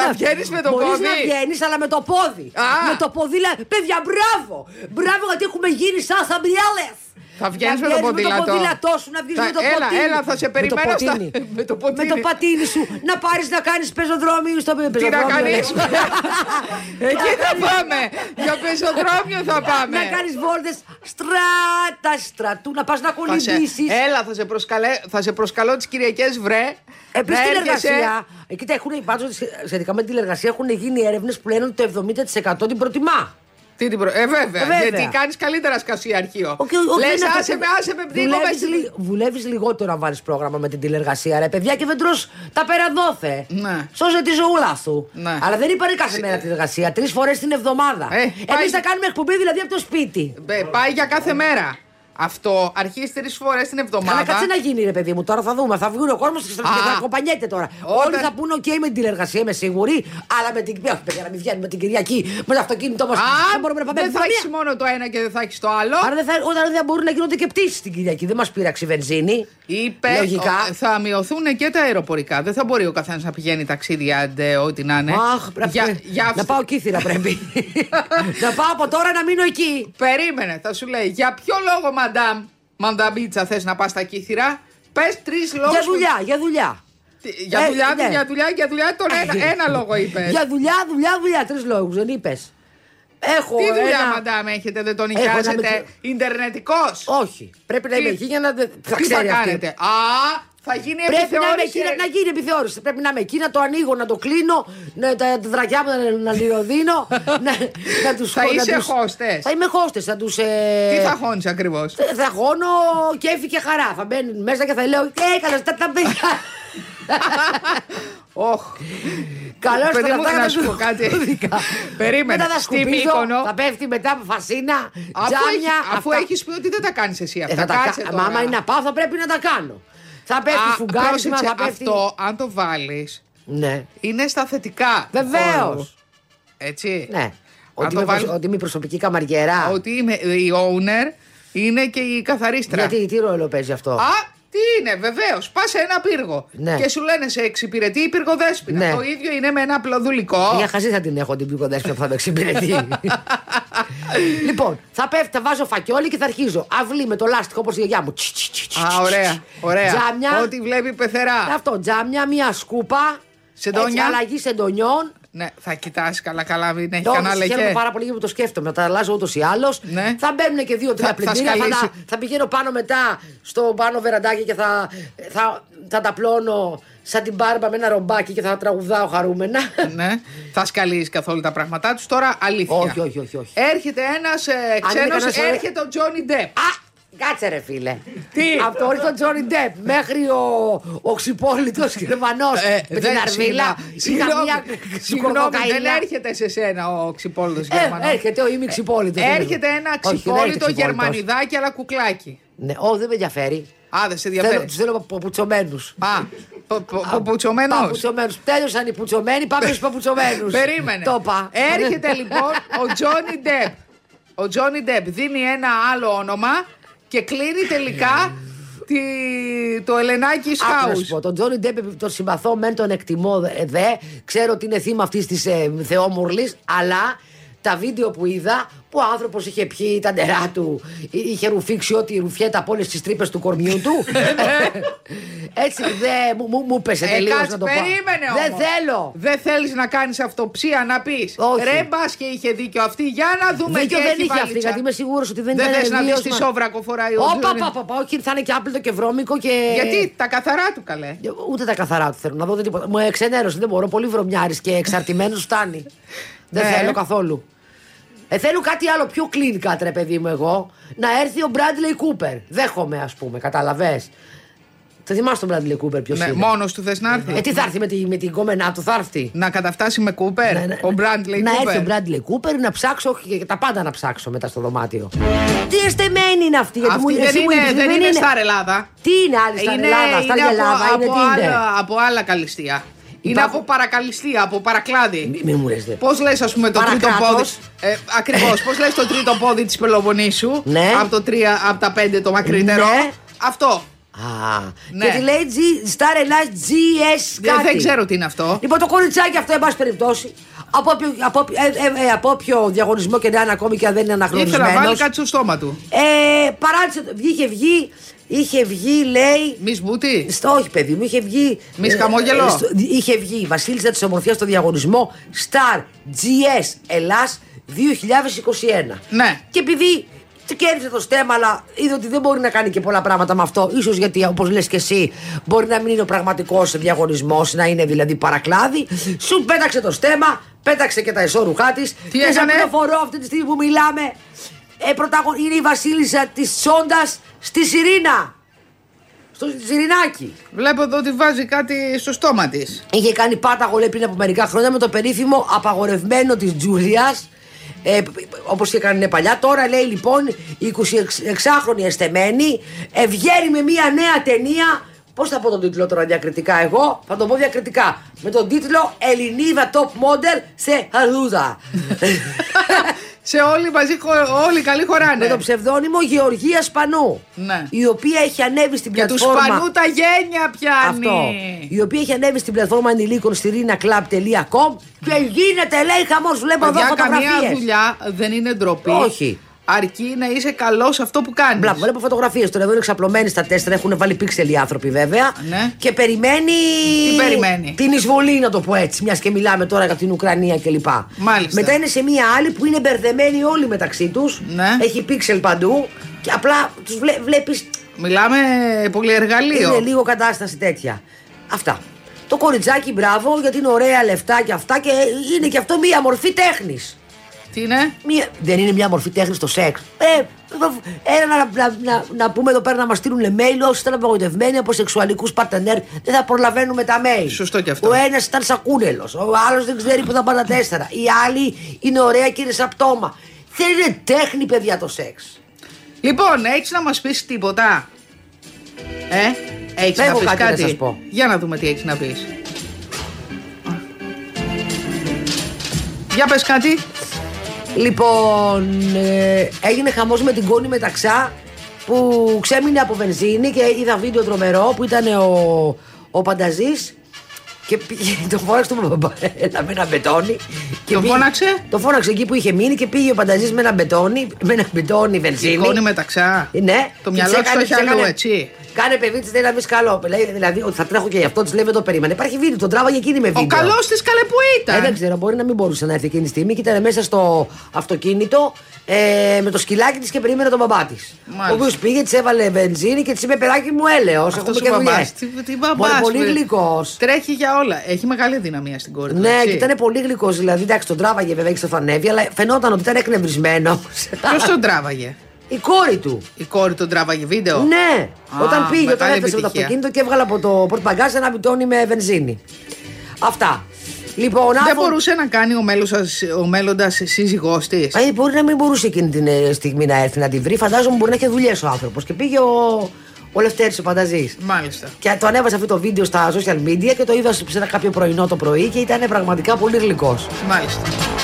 [SPEAKER 2] Να βγαίνεις με το
[SPEAKER 3] Μπορείς
[SPEAKER 2] πόδι.
[SPEAKER 3] να βγαίνεις, αλλά με το πόδι.
[SPEAKER 2] Α.
[SPEAKER 3] Με το πόδι, λέει. Παιδιά, μπράβο! Μπράβο, γιατί έχουμε γίνει σαν σαμπριάλε.
[SPEAKER 2] Θα βγαίνεις με το
[SPEAKER 3] Με το
[SPEAKER 2] ποδήλατο.
[SPEAKER 3] ποδήλατό σου, να βγεις
[SPEAKER 2] Θα-
[SPEAKER 3] με το
[SPEAKER 2] έλα,
[SPEAKER 3] ποτίνι.
[SPEAKER 2] έλα, θα σε περιμένω στα-
[SPEAKER 3] Με το ποτίνι.
[SPEAKER 2] με το ποτίνι.
[SPEAKER 3] Με το πατίνι σου. Να πάρεις να κάνεις πεζοδρόμιο στο
[SPEAKER 2] Τι να
[SPEAKER 3] πεζοδρόμιο.
[SPEAKER 2] κάνεις.
[SPEAKER 3] λες.
[SPEAKER 2] Εκεί θα πάμε. Για πεζοδρόμιο θα πάμε.
[SPEAKER 3] Να κάνεις βόλτες στράτα, στρατού, να πας να
[SPEAKER 2] Θα σε- Ε,
[SPEAKER 3] κολυμπήσεις.
[SPEAKER 2] Έλα, θα σε, προσκαλέ... θα σε προσκαλώ τις Κυριακές, βρε.
[SPEAKER 3] Επίση
[SPEAKER 2] Να
[SPEAKER 3] Ε, την
[SPEAKER 2] έρχεσαι.
[SPEAKER 3] εργασία. Ε, Κοίτα, έχουν, πάντως, σχετικά με την εργασία έχουν γίνει έρευνες που λένε ότι το 70% την προτιμά.
[SPEAKER 2] Τι την προ... ε, βέβαια,
[SPEAKER 3] βέβαια.
[SPEAKER 2] Γιατί κάνεις καλύτερα σκασί αρχείο.
[SPEAKER 3] Όχι, όχι,
[SPEAKER 2] Λες,
[SPEAKER 3] δεν είναι
[SPEAKER 2] άσε
[SPEAKER 3] αυτό.
[SPEAKER 2] με, άσε με, πνίγω
[SPEAKER 3] Δουλεύεις
[SPEAKER 2] με-
[SPEAKER 3] λι- δουλεύεις λιγότερο αν βάλεις πρόγραμμα με την τηλεργασία. Ρε παιδιά και δεν τρως τα περαδόθε.
[SPEAKER 2] Ναι.
[SPEAKER 3] Σώζε τη ζωούλα σου.
[SPEAKER 2] Ναι.
[SPEAKER 3] Αλλά δεν υπάρχει κάθε μέρα τηλεργασία. Τρεις φορές την εβδομάδα.
[SPEAKER 2] Ε,
[SPEAKER 3] Εμείς
[SPEAKER 2] πάει-
[SPEAKER 3] θα κάνουμε εκπομπή δηλαδή από το σπίτι.
[SPEAKER 2] Μπε, Πάει για Ε, κάθε μέρα. Αυτό αρχίζει τρεις φορές την εβδομάδα.
[SPEAKER 3] Καλά, κάτσε να γίνει, ρε παιδί μου. Τώρα θα δούμε. Θα βγουν ο κόσμος και
[SPEAKER 2] Α.
[SPEAKER 3] θα κομπανιέται τώρα.
[SPEAKER 2] Όταν-
[SPEAKER 3] Όλοι θα πούνε, OK, με την τηλεργασία είμαι σίγουρη, αλλά με την. Όχι, παιδιά, να μην βγαίνουμε την Κυριακή με το αυτοκίνητό μας.
[SPEAKER 2] Α,
[SPEAKER 3] Δεν μπορούμε να πάμε
[SPEAKER 2] δεν θα
[SPEAKER 3] καμία.
[SPEAKER 2] έχεις μόνο το ένα και δεν θα έχεις το άλλο.
[SPEAKER 3] Άρα δεν θα, όταν δεν μπορούν να γίνονται και πτήσεις την Κυριακή. Δεν μας πήραξε η βενζίνη.
[SPEAKER 2] Είπε
[SPEAKER 3] Λογικά.
[SPEAKER 2] ο- θα μειωθούν και τα αεροπορικά. Δεν θα μπορεί ο καθένας να πηγαίνει ταξίδια ντε, ό,τι να είναι.
[SPEAKER 3] Αχ, πρέπει
[SPEAKER 2] Για- για
[SPEAKER 3] να
[SPEAKER 2] αυτό-
[SPEAKER 3] πάω κύθυρα πρέπει. να πάω από τώρα να μείνω εκεί.
[SPEAKER 2] Περίμενε, θα σου λέει για ποιο λόγο, μαντάμ, μανταμπίτσα, θες να πας στα κύθυρα. Πες τρεις λόγου.
[SPEAKER 3] Για δουλειά, για δουλειά.
[SPEAKER 2] Για
[SPEAKER 3] Ε,
[SPEAKER 2] δουλειά,
[SPEAKER 3] ναι. Ε,
[SPEAKER 2] για δουλειά, για δουλειά. Τον ένα, ένα λόγο είπες.
[SPEAKER 3] Για δουλειά, δουλειά, δουλειά. Τρεις λόγους, δεν είπες. Έχω
[SPEAKER 2] Τι δουλειά,
[SPEAKER 3] ένα...
[SPEAKER 2] μαντάμ, έχετε, δεν τον
[SPEAKER 3] Έχω ένα
[SPEAKER 2] νοικιάζετε.
[SPEAKER 3] μικρο-
[SPEAKER 2] Ιντερνετικός.
[SPEAKER 3] Όχι. Πρέπει να
[SPEAKER 2] Τι-
[SPEAKER 3] είμαι εκεί για να. δεν- Θα
[SPEAKER 2] Τι θα
[SPEAKER 3] ξέρει αυτή.
[SPEAKER 2] κάνετε. Α, θα γίνει
[SPEAKER 3] Πρέπει να, είμαι
[SPEAKER 2] επιθεώρηση.
[SPEAKER 3] εκεί, να, να γίνει επιθεώρηση. Πρέπει να είμαι εκεί, να το ανοίγω, να το κλείνω, να, τα, τα δρακιά μου να, να λιωδίνω, να, να τους
[SPEAKER 2] Θα
[SPEAKER 3] χω- να
[SPEAKER 2] είσαι
[SPEAKER 3] τους-
[SPEAKER 2] χώστες.
[SPEAKER 3] Θα είμαι χώστες, θα τους... ε,
[SPEAKER 2] Τι θα χώνεις ακριβώς.
[SPEAKER 3] θα- θα χώνω κέφι και χαρά. Θα μπαίνουν μέσα και θα λέω έκανα τα, τα παιδιά.
[SPEAKER 2] Οχ.
[SPEAKER 3] Καλό
[SPEAKER 2] Παιδί
[SPEAKER 3] ήταν
[SPEAKER 2] μου,
[SPEAKER 3] αυτά
[SPEAKER 2] να
[SPEAKER 3] τα
[SPEAKER 2] σου πω κάτι.
[SPEAKER 3] δικά.
[SPEAKER 2] Περίμενε.
[SPEAKER 3] Μετά θα
[SPEAKER 2] Στη
[SPEAKER 3] σκουπίζω,
[SPEAKER 2] Μύκονο.
[SPEAKER 3] θα πέφτει μετά από φασίνα,
[SPEAKER 2] Αφού,
[SPEAKER 3] τζάμια.
[SPEAKER 2] έχει, αφού
[SPEAKER 3] αυτά.
[SPEAKER 2] έχεις πει ότι δεν τα κάνεις εσύ
[SPEAKER 3] Ε,
[SPEAKER 2] αυτά.
[SPEAKER 3] θα τα
[SPEAKER 2] κάτσε
[SPEAKER 3] κα-
[SPEAKER 2] τώρα.
[SPEAKER 3] Μα άμα είναι να πάω θα πρέπει να τα κάνω. Θα πέφτει
[SPEAKER 2] Α,
[SPEAKER 3] φουγκάρισμα,
[SPEAKER 2] πρόσεξε,
[SPEAKER 3] θα πέφτει...
[SPEAKER 2] Αυτό, αν το βάλεις,
[SPEAKER 3] Ναι.
[SPEAKER 2] είναι στα θετικά. του
[SPEAKER 3] Βεβαίως.
[SPEAKER 2] χώρου. Έτσι.
[SPEAKER 3] Ναι.
[SPEAKER 2] Αν
[SPEAKER 3] Ότι
[SPEAKER 2] το
[SPEAKER 3] είμαι,
[SPEAKER 2] βάλεις-
[SPEAKER 3] προσω- ότι είμαι προσωπική καμαριέρα. Ναι,
[SPEAKER 2] ότι είμαι, η owner είναι και η καθαρίστρα.
[SPEAKER 3] Γιατί τι ρόλο παίζει αυτό.
[SPEAKER 2] Α, τι είναι, βεβαίως. Πας σε ένα πύργο.
[SPEAKER 3] Ναι.
[SPEAKER 2] Και σου λένε σε εξυπηρετεί η πυργοδέσπινα.
[SPEAKER 3] Ναι.
[SPEAKER 2] Το ίδιο είναι με ένα απλοδουλικό.
[SPEAKER 3] Μια χαζή θα την έχω την πιο κοντά που θα με εξυπηρετεί. λοιπόν, θα πέφτει, θα βάζω φακιόλι και θα αρχίζω. Αυλή με το λάστιχο όπως η γιαγιά μου. Τσι, τσι, τσι, τσι,
[SPEAKER 2] Α,
[SPEAKER 3] τσι,
[SPEAKER 2] ωραία.
[SPEAKER 3] τσι.
[SPEAKER 2] ωραία.
[SPEAKER 3] Τζάμια.
[SPEAKER 2] Ό,τι βλέπει πεθερά.
[SPEAKER 3] Αυτό, τζάμια, μία σκούπα.
[SPEAKER 2] Σεντόνια.
[SPEAKER 3] Έτσι, αλλαγή σεντονιών.
[SPEAKER 2] Ναι, θα κοιτάς καλά, καλά, μην έχει
[SPEAKER 3] Το
[SPEAKER 2] κανένα
[SPEAKER 3] χαίρομαι
[SPEAKER 2] λεκέ.
[SPEAKER 3] πάρα πολύ γιατί το σκέφτομαι. Θα τα αλλάζω ούτως ή άλλως.
[SPEAKER 2] Ναι.
[SPEAKER 3] Θα μπαίνουν και δύο-τρία
[SPEAKER 2] Θα- θα
[SPEAKER 3] πλυντήρια. Θα, τα-
[SPEAKER 2] σκαλίσει.
[SPEAKER 3] θα πηγαίνω πάνω μετά στο πάνω βεραντάκι και θα, θα, θα τα πλώνω σαν την μπάρμπα με ένα ρομπάκι και θα τραγουδάω χαρούμενα.
[SPEAKER 2] Ναι. Θα σκαλίζει καθόλου τα πράγματά τους τώρα, αλήθεια.
[SPEAKER 3] όχι, όχι, όχι. όχι.
[SPEAKER 2] Έρχεται ένας ε,
[SPEAKER 3] είναι κανένας,
[SPEAKER 2] ξένο,
[SPEAKER 3] ε,
[SPEAKER 2] έρχεται ο Τζόνι Ντεπ.
[SPEAKER 3] Α, κάτσε ρε φίλε.
[SPEAKER 2] Τι?
[SPEAKER 3] Από το όρθιο Τζόνι Ντεπ μέχρι ο, ο ξυπόλυτος Γερμανός με την αρβίλα.
[SPEAKER 2] Ε, Συγγνώμη,
[SPEAKER 3] καμία
[SPEAKER 2] συγγνώμη, δεν
[SPEAKER 3] κορδοκαΐλα.
[SPEAKER 2] έρχεται σε σένα ο ξυπόλυτος
[SPEAKER 3] ναι. Ε,
[SPEAKER 2] Γερμανός.
[SPEAKER 3] έρχεται ο ήμι ξυπόλυτος.
[SPEAKER 2] Έρχεται ένα
[SPEAKER 3] Όχι, δεν έρχεται
[SPEAKER 2] ξυπόλυτο
[SPEAKER 3] ξυπόλυτος.
[SPEAKER 2] γερμανιδάκι αλλά κουκλάκι.
[SPEAKER 3] Ναι, ό, δεν με ενδιαφέρει.
[SPEAKER 2] Α, δεν σε
[SPEAKER 3] Θέλω,
[SPEAKER 2] ενδιαφέρει.
[SPEAKER 3] τους θέλω παπουτσωμένους.
[SPEAKER 2] Α, πο- πο- παπουτσωμένος.
[SPEAKER 3] Παπουτσωμένους. Τέλειωσαν οι πουτσωμένοι, πάμε στους παπουτσωμένους.
[SPEAKER 2] Περίμενε.
[SPEAKER 3] Το είπα.
[SPEAKER 2] Έρχεται λοιπόν ο Τζόνι Ντεπ. Ο Τζόνι Ντεπ δίνει ένα άλλο όνομα και κλείνει τελικά τη... το Ελενάκι
[SPEAKER 3] Άκου να
[SPEAKER 2] Χάου.
[SPEAKER 3] σου πω, Τον Τζόνι Ντέπ τον συμπαθώ, μεν τον εκτιμώ ε, δε. Ξέρω ότι είναι θύμα αυτής της ε, Θεόμουρλης, αλλά τα βίντεο που είδα που ο άνθρωπος είχε πιει τα νερά του, εί- είχε ρουφήξει ό,τι ρουφιέται από όλες τις τρύπες του κορμιού του. Έτσι δε, μου, μου, μου πέσε
[SPEAKER 2] Ε,
[SPEAKER 3] τελείως να
[SPEAKER 2] κάτσε,
[SPEAKER 3] το πω.
[SPEAKER 2] περίμενε όμως.
[SPEAKER 3] Δεν θέλω.
[SPEAKER 2] Δεν θέλεις να κάνεις αυτοψία να πεις
[SPEAKER 3] Όχι.
[SPEAKER 2] Ρε μπας και είχε δίκιο αυτή Για να δούμε
[SPEAKER 3] Δίκιο
[SPEAKER 2] τι
[SPEAKER 3] δεν
[SPEAKER 2] έχει
[SPEAKER 3] είχε αυτή,
[SPEAKER 2] βαλίτσα».
[SPEAKER 3] γιατί είμαι σίγουρος ότι δεν,
[SPEAKER 2] Δεν
[SPEAKER 3] ήταν
[SPEAKER 2] θες να δεις
[SPEAKER 3] βίος,
[SPEAKER 2] τι
[SPEAKER 3] μα-
[SPEAKER 2] σόβρακο φοράει ο
[SPEAKER 3] Όπα,
[SPEAKER 2] Τζόνι.
[SPEAKER 3] όπα, Ε. όπα, όχι, θα είναι και άπλητο και βρώμικο και.
[SPEAKER 2] Γιατί τα καθαρά του καλέ
[SPEAKER 3] Ούτε τα καθαρά του θέλω να δω δεν τίποτα. Μου εξενέρωσε, δεν μπορώ. Πολύ βρωμιάρης και εξαρτημένος φτάνει. δεν
[SPEAKER 2] Ναι.
[SPEAKER 3] θέλω καθόλου. Ε, θέλω κάτι άλλο πιο clean cut, ρε παιδί μου, εγώ. Να έρθει ο Bradley Cooper. Δέχομαι, ας πούμε, καταλαβέ. Το θυμάσαι τον Bradley Cooper ποιος
[SPEAKER 2] ναι,
[SPEAKER 3] είναι.
[SPEAKER 2] Μόνος του θες να έρθει
[SPEAKER 3] Ε, τι θα έρθει με, τη, με την κόμενά του, θα έρθει.
[SPEAKER 2] Να καταφτάσει με Κούπερ
[SPEAKER 3] Ναι, ναι.
[SPEAKER 2] Ο Μπράντλεϊ
[SPEAKER 3] Να έρθει ο
[SPEAKER 2] Κούπερ
[SPEAKER 3] Bradley Cooper να ψάξω όχι, και τα πάντα να ψάξω μετά στο δωμάτιο. Τι εστεμένη είναι αυτή, γιατί μου,
[SPEAKER 2] Αυτή
[SPEAKER 3] εσύ
[SPEAKER 2] δεν
[SPEAKER 3] μου
[SPEAKER 2] είναι,
[SPEAKER 3] είπες,
[SPEAKER 2] δεν είναι στα Ελλάδα
[SPEAKER 3] Τι είναι άλλη στα Ελλάδα, στα
[SPEAKER 2] είναι
[SPEAKER 3] Ελλάδα,
[SPEAKER 2] από,
[SPEAKER 3] είναι
[SPEAKER 2] από,
[SPEAKER 3] τι είναι.
[SPEAKER 2] άλλα, από άλλα καλυστία. Είναι
[SPEAKER 3] Υπάρχουν-
[SPEAKER 2] από παρακαλυστία, από παρακλάδι.
[SPEAKER 3] Μη, μη μου λες δε.
[SPEAKER 2] Πώς λες, ας πούμε, το τρίτο πόδι.
[SPEAKER 3] Παρακράτος.
[SPEAKER 2] Ε, Ακριβώς. Πώς λες το τρίτο πόδι της Πελοποννήσου.
[SPEAKER 3] Ναι.
[SPEAKER 2] Από, το τρία, από τα πέντε το μακρύτερο.
[SPEAKER 3] Ναι.
[SPEAKER 2] Αυτό.
[SPEAKER 3] Α,
[SPEAKER 2] Ναι.
[SPEAKER 3] γιατί λέει G, Star Ελλάς GS
[SPEAKER 2] Δεν,
[SPEAKER 3] κάτι.
[SPEAKER 2] δεν ξέρω τι είναι αυτό.
[SPEAKER 3] Λοιπόν, το κοριτσάκι αυτό, εν πάση περιπτώσει, από όποιο, από, όποιο- ε, ε, ε, από όποιο διαγωνισμό και να είναι ακόμη και αν δεν είναι
[SPEAKER 2] Ήθελα να βάλει
[SPEAKER 3] αναχρονισμένος,
[SPEAKER 2] κάτι στο στόμα του.
[SPEAKER 3] ε, παράτησε, το- είχε βγει, είχε βγει, λέει,
[SPEAKER 2] Μη σμπούτη.
[SPEAKER 3] στο, όχι, παιδί μου, είχε βγει. ε,
[SPEAKER 2] Μης Χαμόγελο.
[SPEAKER 3] στο- είχε βγει η Βασίλισσα της Ομορφιάς στο διαγωνισμό Star GS Ελλάς 2021.
[SPEAKER 2] Ναι.
[SPEAKER 3] Και επειδή το κέρδισε το στέμα, αλλά είδε ότι δεν μπορεί να κάνει και πολλά πράγματα με αυτό. ίσως γιατί, όπως λες και εσύ, μπορεί να μην είναι ο πραγματικός διαγωνισμός, να είναι δηλαδή παρακλάδι. Σου πέταξε το στέμα, πέταξε και τα εσώρουχά της.
[SPEAKER 2] Τι
[SPEAKER 3] Και σαν
[SPEAKER 2] έκανε?
[SPEAKER 3] πληροφορώ αυτή τη στιγμή που μιλάμε, ε, πρωταγων... είναι η Βασίλισσα της Τσόντα στη Σιρήνα. Στο Σιρινάκι.
[SPEAKER 2] Βλέπω εδώ ότι βάζει κάτι στο στόμα της.
[SPEAKER 3] Είχε κάνει πάταγο λέει πριν από μερικά χρόνια με το περίφημο απαγορευμένο της Τζούλιας. Ε, Όπως και έκανε παλιά. Τώρα λέει λοιπόν η 26χρονη εστεμένη ε, βγαίνει με μια νέα ταινία. Πώς θα πω τον τίτλο τώρα διακριτικά, εγώ θα τον πω διακριτικά. Με τον τίτλο Ελληνίδα Top Model σε Ε, Χαρούδα.
[SPEAKER 2] Σε όλοι μαζί, χο- όλοι καλή χωράνε.
[SPEAKER 3] με τον ψευδόνυμο Γεωργία Σπανού.
[SPEAKER 2] Ναι.
[SPEAKER 3] Η οποία έχει ανέβει στην
[SPEAKER 2] Και τους
[SPEAKER 3] πλατφόρμα.
[SPEAKER 2] σπανού τα γένια πιάνει.
[SPEAKER 3] Αυτό. Η οποία έχει ανέβει στην πλατφόρμα ανηλίκων στη rinaclub.com και γίνεται, λέει, χαμός. Βλέπω εδώ
[SPEAKER 2] Παιδιά, καμία
[SPEAKER 3] φωτογραφίες.
[SPEAKER 2] δουλειά δεν είναι ντροπή.
[SPEAKER 3] Όχι.
[SPEAKER 2] Αρκεί να είσαι καλός σε αυτό που κάνεις.
[SPEAKER 3] Μπλα, βλέπω φωτογραφίες. Τώρα εδώ είναι ξαπλωμένοι στα τέσσερα, έχουν βάλει πίξελ οι άνθρωποι βέβαια.
[SPEAKER 2] Ναι.
[SPEAKER 3] Και περιμένει.
[SPEAKER 2] Τι περιμένει?
[SPEAKER 3] Την εισβολή, να το πω έτσι, μιας και μιλάμε τώρα για την Ουκρανία κλπ.
[SPEAKER 2] Μάλιστα.
[SPEAKER 3] Μετά είναι σε μία άλλη που είναι μπερδεμένοι όλοι μεταξύ τους.
[SPEAKER 2] Ναι.
[SPEAKER 3] Έχει πίξελ παντού. Και απλά τους βλέ, βλέπεις
[SPEAKER 2] Μιλάμε πολύ εργαλείο.
[SPEAKER 3] Είναι λίγο κατάσταση τέτοια. Αυτά. Το κοριτσάκι, μπράβο, γιατί είναι ωραία λεφτά και αυτά και είναι και αυτό μία μορφή τέχνης.
[SPEAKER 2] Τι είναι.
[SPEAKER 3] Μία... Δεν είναι μία μορφή τέχνης το σεξ. Ε, ένα να, να, να, να πούμε εδώ πέρα να μας στείλουν mail. Όσοι ήταν απογοητευμένοι από σεξουαλικού παρτενέρ, δεν θα προλαβαίνουμε τα mail.
[SPEAKER 2] Σωστό και αυτό.
[SPEAKER 3] Ο ένας ήταν σακούνελος, ο άλλος δεν ξέρει που θα πάνε τα τέσσερα. Η άλλη είναι ωραία και είναι σαπτώμα. Δεν είναι τέχνη, παιδιά, το σεξ.
[SPEAKER 2] Λοιπόν, έχεις να μας πεις τίποτα. Ε, έχεις να
[SPEAKER 3] Έχω
[SPEAKER 2] πεις
[SPEAKER 3] κάτι
[SPEAKER 2] κάτι.
[SPEAKER 3] να σας πω.
[SPEAKER 2] Για να δούμε τι έχεις να πεις. Για πες κάτι.
[SPEAKER 3] Λοιπόν, ε, έγινε χαμός με την Κόνη Μεταξά που ξέμεινε από βενζίνη και είδα βίντεο τρομερό που ήταν ο, ο Πανταζής και πήγε, το φώναξε τον Παπαπαρέλα με ένα μπετόνι. και
[SPEAKER 2] Τον
[SPEAKER 3] πήγε-
[SPEAKER 2] φώναξε?
[SPEAKER 3] Το φώναξε εκεί που είχε μείνει και πήγε ο Πανταζής με ένα μπετόνι, με ένα μπετόνι βενζίνη.
[SPEAKER 2] Εικόνη μεταξά.
[SPEAKER 3] Ναι,
[SPEAKER 2] Το
[SPEAKER 3] της
[SPEAKER 2] μυαλό της
[SPEAKER 3] έκανε-
[SPEAKER 2] το
[SPEAKER 3] της
[SPEAKER 2] έχει αλλού,
[SPEAKER 3] έκανε-
[SPEAKER 2] έτσι.
[SPEAKER 3] Κάνε παιδί της, δεν να βρει καλό. Λέει, Δηλαδή, ότι θα τρέχω και γι' αυτό της λέει, δεν το περίμενε. Υπάρχει βίντεο, τον τράβαγε εκείνη με βίντεο.
[SPEAKER 2] Ο καλός της καλέ που
[SPEAKER 3] Ε,
[SPEAKER 2] ήταν.
[SPEAKER 3] δεν ξέρω, μπορεί να μην μπορούσε να έρθει εκείνη τη στιγμή και ήταν μέσα στο αυτοκίνητο ε, με το σκυλάκι της και περίμενε τον μπαμπά της.
[SPEAKER 2] Μάλιστα.
[SPEAKER 3] Ο οποίος πήγε, της έβαλε βενζίνη και της είπε: Παιδάκι μου, έλεος.
[SPEAKER 2] Αυτός
[SPEAKER 3] Έχουμε
[SPEAKER 2] ο
[SPEAKER 3] και
[SPEAKER 2] μπαμπά.
[SPEAKER 3] δουλειέ.
[SPEAKER 2] Τι, τι μπαμπάς,
[SPEAKER 3] Πολύ
[SPEAKER 2] βρε.
[SPEAKER 3] γλυκός.
[SPEAKER 2] Τρέχει για όλα. Έχει μεγάλη δυναμία στην κόρη. του,
[SPEAKER 3] Ναι,
[SPEAKER 2] έτσι.
[SPEAKER 3] και ήταν πολύ γλυκός. Δηλαδή, εντάξει, τον τράβαγε βέβαια και στο φανέβι, αλλά φαινόταν ότι ήταν εκνευρισμένο.
[SPEAKER 2] Ποιος τον τράβαγε.
[SPEAKER 3] Η κόρη του.
[SPEAKER 2] Η κόρη τον τράβαγε βίντεο.
[SPEAKER 3] Ναι,
[SPEAKER 2] Α,
[SPEAKER 3] όταν πήγε, όταν
[SPEAKER 2] μεγάλη
[SPEAKER 3] έφτασε με το
[SPEAKER 2] επιτυχία.
[SPEAKER 3] αυτοκίνητο και έβγαλε από το πορτμπαγκάζ ένα μπιτόνι με βενζίνη. Αυτά. Λοιπόν,
[SPEAKER 2] Δεν
[SPEAKER 3] άφο-
[SPEAKER 2] μπορούσε να κάνει ο, μέλος σας- ο μέλλοντας σύζυγός της.
[SPEAKER 3] Ε, μπορεί να μην μπορούσε εκείνη την ε, στιγμή να έρθει να τη βρει. Φαντάζομαι μπορεί να είχε δουλειές ο άνθρωπος. Και πήγε ο, ο Λευτέρη ο Πανταζή.
[SPEAKER 2] Μάλιστα.
[SPEAKER 3] Και το ανέβασε αυτό το βίντεο στα social media και το είδα σε ένα κάποιο πρωινό το πρωί και ήταν πραγματικά πολύ γλυκός.
[SPEAKER 2] Μάλιστα.